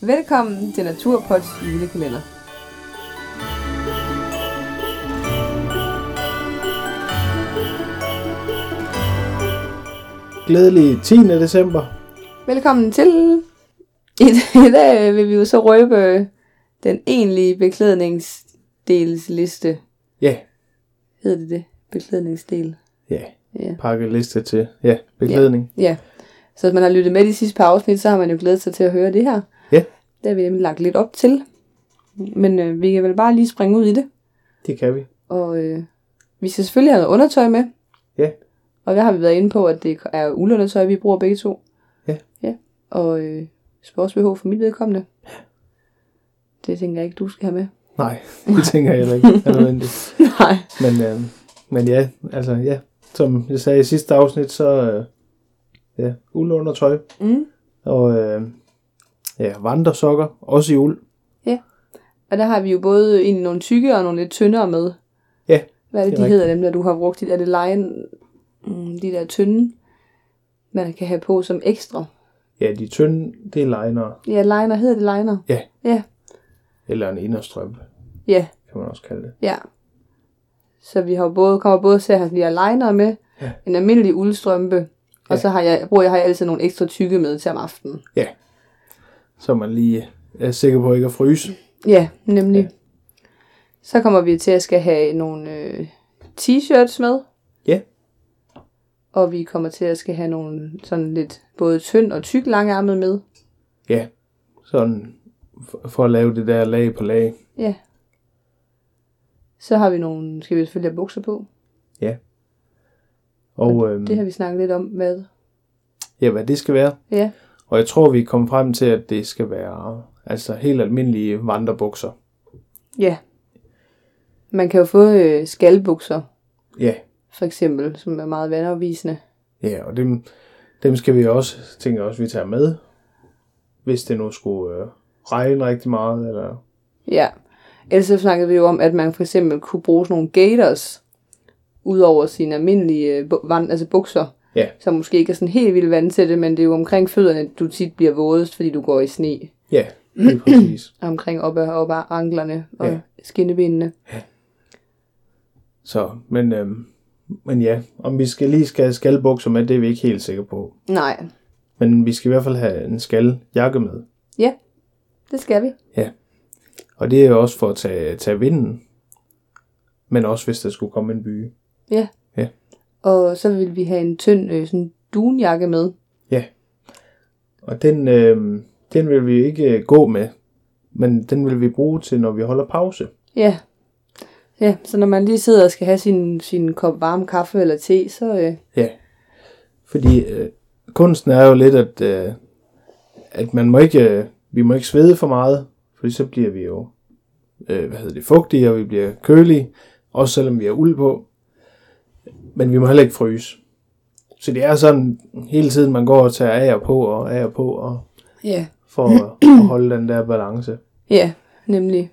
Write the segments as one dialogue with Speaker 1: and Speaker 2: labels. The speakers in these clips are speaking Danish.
Speaker 1: Velkommen til Naturpods julekalender.
Speaker 2: Glædelig 10. december.
Speaker 1: Velkommen til. I, I dag vil vi jo så røbe den egentlige beklædningsdelsliste.
Speaker 2: Ja,
Speaker 1: Hedder det det? Beklædningsdel.
Speaker 2: ja.
Speaker 1: Ja.
Speaker 2: Pakke liste til ja, beklædning.
Speaker 1: Ja. Så hvis man har lyttet med de sidste par afsnit, så har man jo glædet sig til at høre det her.
Speaker 2: Ja.
Speaker 1: Det har vi nemlig lagt lidt op til. Men øh, vi kan vel bare lige springe ud i det.
Speaker 2: Det kan vi.
Speaker 1: Og øh, vi skal selvfølgelig have noget undertøj med.
Speaker 2: Ja.
Speaker 1: Og der har vi været inde på, at det er uldundertøj, vi bruger begge to.
Speaker 2: Ja.
Speaker 1: Ja. Og øh, sports BH for mit vedkommende. Det tænker jeg ikke, du skal have med.
Speaker 2: Nej, det tænker jeg heller ikke er nødvendigt.
Speaker 1: Nej.
Speaker 2: Men, øh, men ja, altså ja. Som jeg sagde i sidste afsnit, så øh, ja, uld under tøj.
Speaker 1: Mm.
Speaker 2: Og øh, ja, vandresokker, også i uld.
Speaker 1: Og der har vi jo både egentlig nogle tykke og nogle lidt tyndere med.
Speaker 2: Ja,
Speaker 1: Hvad er det,
Speaker 2: det
Speaker 1: de
Speaker 2: er
Speaker 1: hedder dem, der du har brugt? Er det lejen, mm, de der tynde, man kan have på som ekstra?
Speaker 2: Ja, de tynde, det er liner,
Speaker 1: Ja, liner. Hedder det liner?
Speaker 2: Ja.
Speaker 1: Ja.
Speaker 2: eller en inderstrømpe,
Speaker 1: Ja.
Speaker 2: kan man også kalde det.
Speaker 1: Ja. Så vi har jo både, kommer både til at have de her liner med,
Speaker 2: Ja.
Speaker 1: en almindelig uldstrømpe, og
Speaker 2: Ja.
Speaker 1: så har jeg, bruger jeg, har jeg altid nogle ekstra tykke med til om aftenen.
Speaker 2: Så man lige øh, er sikker på ikke at fryse.
Speaker 1: Ja, nemlig.
Speaker 2: Ja.
Speaker 1: Så kommer vi til at skal have nogle øh, t-shirts med.
Speaker 2: Ja.
Speaker 1: Og vi kommer til at skal have nogle sådan lidt både tynd og tyk langarmet med.
Speaker 2: Ja, sådan for, for at lave det der lag på lag.
Speaker 1: Ja. Så har vi nogle, skal vi selvfølgelig have bukser på.
Speaker 2: Mm. Og øhm,
Speaker 1: Det har vi snakket lidt om, hvad.
Speaker 2: ja, hvad det skal være.
Speaker 1: Ja,
Speaker 2: Og jeg tror, vi er kommet frem til, at det skal være altså helt almindelige vandrebukser.
Speaker 1: ja. Man kan jo få øh, skalbukser,
Speaker 2: Ja,
Speaker 1: for eksempel, som er meget vandafvisende.
Speaker 2: ja og dem, dem skal vi også, tænker jeg også, vi tager med. Hvis det nu skulle øh, regne rigtig meget, eller...
Speaker 1: Ja. Ellers så snakkede vi jo om, at man for eksempel kunne bruge sådan nogle gators, ud over sine almindelige øh, bu- vand, altså bukser,
Speaker 2: Ja.
Speaker 1: som måske ikke er sådan helt vildt vandtætte, men det er jo omkring fødderne, du tit bliver vådest, fordi du går i sne,
Speaker 2: Ja, lige præcis.
Speaker 1: og omkring op ad, op ad anklerne og
Speaker 2: Ja.
Speaker 1: skinnebenene.
Speaker 2: Så, men, øhm, men ja, om vi skal lige skal have skalbukser med, det er vi ikke helt sikre på.
Speaker 1: Nej,
Speaker 2: Men vi skal i hvert fald have en skaljakke med.
Speaker 1: det skal vi.
Speaker 2: Og det er jo også for at tage, tage vinden. Men også hvis der skulle komme en byge.
Speaker 1: Og så vil vi have en tynd øh, sådan dunjakke med.
Speaker 2: Og den, øh, den vil vi ikke øh, gå med, men den vil vi bruge til, når vi holder pause.
Speaker 1: Ja. Ja, så når man lige sidder og skal have sin, sin kop varm kaffe eller te, så øh,
Speaker 2: Fordi øh, kunsten er jo lidt, at, øh, at man må ikke, øh, vi må ikke svede for meget, fordi så bliver vi jo øh, hvad hedder det, fugtige, og vi bliver kølige, også selvom vi har uld på. Men vi må heller ikke fryse. Så det er sådan hele tiden, man går og tager af og på og af og på, og
Speaker 1: ja,
Speaker 2: for at, at holde den der balance.
Speaker 1: Ja, nemlig.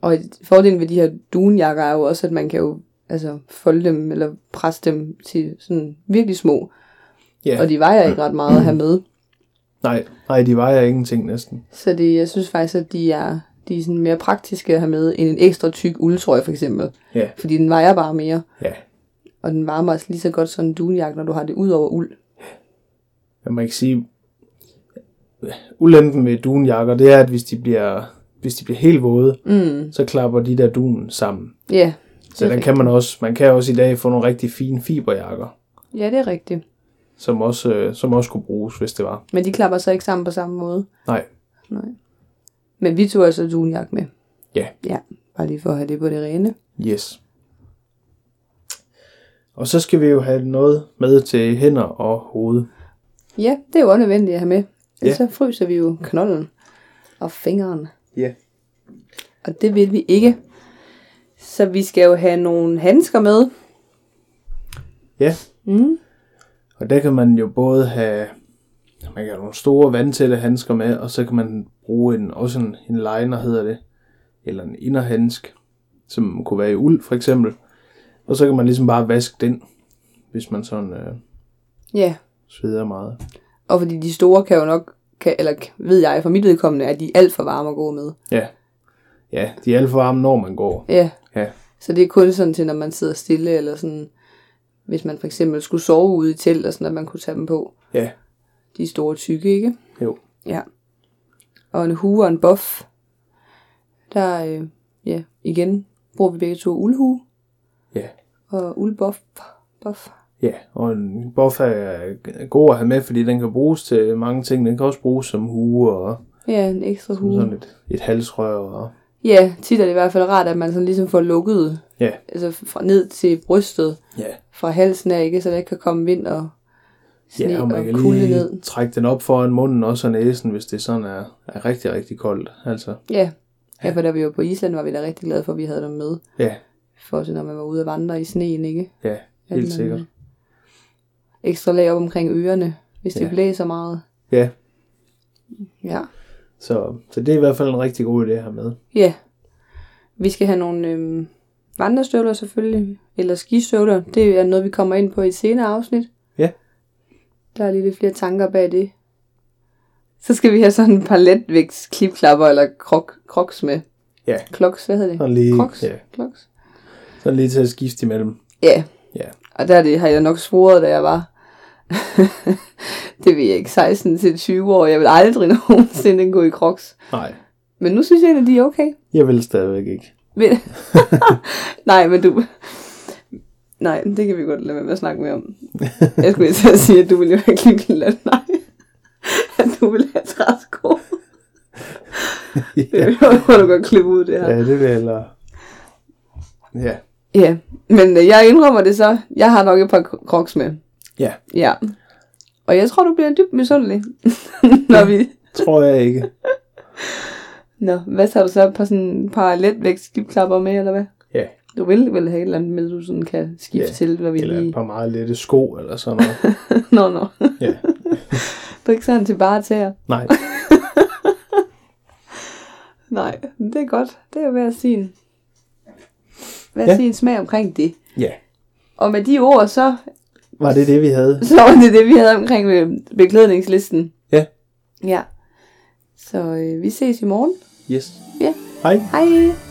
Speaker 1: Og et- fordelen ved de her dunjakker er jo også, at man kan jo altså, folde dem eller presse dem til sådan virkelig små.
Speaker 2: Ja,
Speaker 1: Og de vejer ikke ret meget at have med.
Speaker 2: nej, nej, de vejer ingenting næsten.
Speaker 1: Så det, jeg synes faktisk, at de er, de er sådan mere praktiske at have med end en ekstra tyk uldtrøje for eksempel.
Speaker 2: Ja.
Speaker 1: Fordi den vejer bare mere.
Speaker 2: Ja.
Speaker 1: Og den varmer også lige så godt som en dunjakke, når du har det ud over uld.
Speaker 2: jeg må ikke sige, ulempen ved dunjakker, det er, at hvis de bliver, hvis de bliver helt våde,
Speaker 1: Mm.
Speaker 2: så klapper de der dunen sammen.
Speaker 1: Ja.
Speaker 2: Så
Speaker 1: Det er
Speaker 2: den kan man også, man kan også i dag få nogle rigtig fine fiberjakker,
Speaker 1: ja, det er rigtigt.
Speaker 2: som også, øh, som også kunne bruges, hvis det var.
Speaker 1: Men de klapper så ikke sammen på samme måde.
Speaker 2: Nej,
Speaker 1: Nej. Men vi tog altså dunjakke med.
Speaker 2: Ja.
Speaker 1: Ja, bare lige for at have det på det rene.
Speaker 2: yes. Og så skal vi jo have noget med til hænder og hoved.
Speaker 1: Ja, det er jo unødvendigt at have med. Ellers
Speaker 2: Ja.
Speaker 1: så fryser vi jo knollen og fingeren.
Speaker 2: Ja.
Speaker 1: Og det vil vi ikke. Så vi skal jo have nogle handsker med.
Speaker 2: Ja,
Speaker 1: Mm.
Speaker 2: og der kan man jo både have, man kan have nogle store vandtætte handsker med, og så kan man bruge en, også en, en liner, hedder det, eller en inderhandsk, som kunne være i uld for eksempel. Og så kan man ligesom bare vaske den, hvis man sådan øh,
Speaker 1: Ja,
Speaker 2: sveder meget.
Speaker 1: og fordi de store kan jo nok kan, eller k- ved jeg for mit vedkommende, at de er alt for varme at gå med.
Speaker 2: Ja. Ja, de er alt for varme, når man går.
Speaker 1: Ja.
Speaker 2: Ja.
Speaker 1: Så det er kun sådan til, når man sidder stille, eller sådan, hvis man for eksempel skulle sove ude i telt, og sådan, at man kunne tage dem på.
Speaker 2: Ja.
Speaker 1: De er store tykke, ikke?
Speaker 2: Jo.
Speaker 1: Ja. Og en hue og en buff. Der, øh, ja, igen bruger vi begge to uldhue
Speaker 2: Ja.
Speaker 1: og uldbuff. Buff.
Speaker 2: Ja, og en buff er god at have med, fordi den kan bruges til mange ting. Den kan også bruges som hue og
Speaker 1: Ja, en ekstra
Speaker 2: som sådan
Speaker 1: hue.
Speaker 2: et, et halsrør. Og,
Speaker 1: Ja, tit er det i hvert fald rart, at man sådan ligesom får lukket,
Speaker 2: ja,
Speaker 1: altså fra ned til brystet,
Speaker 2: ja.
Speaker 1: fra halsen af, ikke? Så der ikke kan komme vind og sne
Speaker 2: Ja, og
Speaker 1: og,
Speaker 2: man kan
Speaker 1: kulde
Speaker 2: lige
Speaker 1: ned.
Speaker 2: trække den op foran munden også og næsen, hvis det sådan er, er rigtig, rigtig koldt. Altså,
Speaker 1: Ja. ja, for da vi var på Island, var vi da rigtig glade for, at vi havde dem med.
Speaker 2: ja,
Speaker 1: For så når man var ude og vandre i sneen, ikke?
Speaker 2: ja,
Speaker 1: At
Speaker 2: helt
Speaker 1: man,
Speaker 2: sikkert.
Speaker 1: øh, Ekstra lag op omkring ørerne, hvis det
Speaker 2: Ja.
Speaker 1: blæser meget.
Speaker 2: Ja,
Speaker 1: Ja.
Speaker 2: så, så det er i hvert fald en rigtig god idé at have med.
Speaker 1: Ja. Vi skal have nogle øhm, vandrestøvler selvfølgelig, eller skistøvler. Det er noget, vi kommer ind på i et senere afsnit.
Speaker 2: Ja.
Speaker 1: Der er lige lidt flere tanker bag det. Så skal vi have sådan en par letvægts klipklapper eller krok, kroks med.
Speaker 2: Ja.
Speaker 1: Kloks, hvad hedder det?
Speaker 2: Sådan lige,
Speaker 1: Kroks?
Speaker 2: ja,
Speaker 1: Kloks?
Speaker 2: sådan lige til at skifte imellem.
Speaker 1: Ja.
Speaker 2: Ja.
Speaker 1: Og der er det, har jeg nok svoret, da jeg var... det ved jeg ikke, 16 til 20 år. Jeg vil aldrig nogensinde gå i kroks.
Speaker 2: Nej,
Speaker 1: Men nu synes jeg, egentlig, de er okay.
Speaker 2: jeg vil stadigvæk ikke.
Speaker 1: Men, nej, men du... Nej, det kan vi godt lade være med at snakke mere om. Jeg skulle til at sige, at du ville jo ikke lide min løn. Nej. At du ville have træsko.
Speaker 2: ja.
Speaker 1: Det må du godt klippe ud, det her.
Speaker 2: ja, det vil jeg hellere. Ja,
Speaker 1: Ja, men øh, jeg indrømmer det så. Jeg har nok et par kro- crocs med.
Speaker 2: ja,
Speaker 1: Ja. Og jeg tror, du bliver dybt misundelig. Når vi...
Speaker 2: tror jeg ikke.
Speaker 1: Nå, hvad tager du så? Et par, sådan, et par letvægtsskibklapper med, eller hvad?
Speaker 2: Ja,
Speaker 1: Du vil vel have et eller andet med, du sådan kan skifte
Speaker 2: Ja,
Speaker 1: til, når vi
Speaker 2: eller et
Speaker 1: lige...
Speaker 2: par meget lette sko eller sådan noget.
Speaker 1: Nå, nå.
Speaker 2: Ja,
Speaker 1: Du er ikke sådan til bare tæer.
Speaker 2: nej,
Speaker 1: Nej, men det er godt. Det er jo hver sin, hver
Speaker 2: Ja.
Speaker 1: ja. sin smag omkring det.
Speaker 2: ja.
Speaker 1: Og med de ord, så,
Speaker 2: Var det det, vi havde?
Speaker 1: så var det det, vi havde omkring øh, beklædningslisten.
Speaker 2: Ja.
Speaker 1: Ja. Så øh, vi ses i morgen.
Speaker 2: Yes.
Speaker 1: Ja.
Speaker 2: Hej.
Speaker 1: Hej.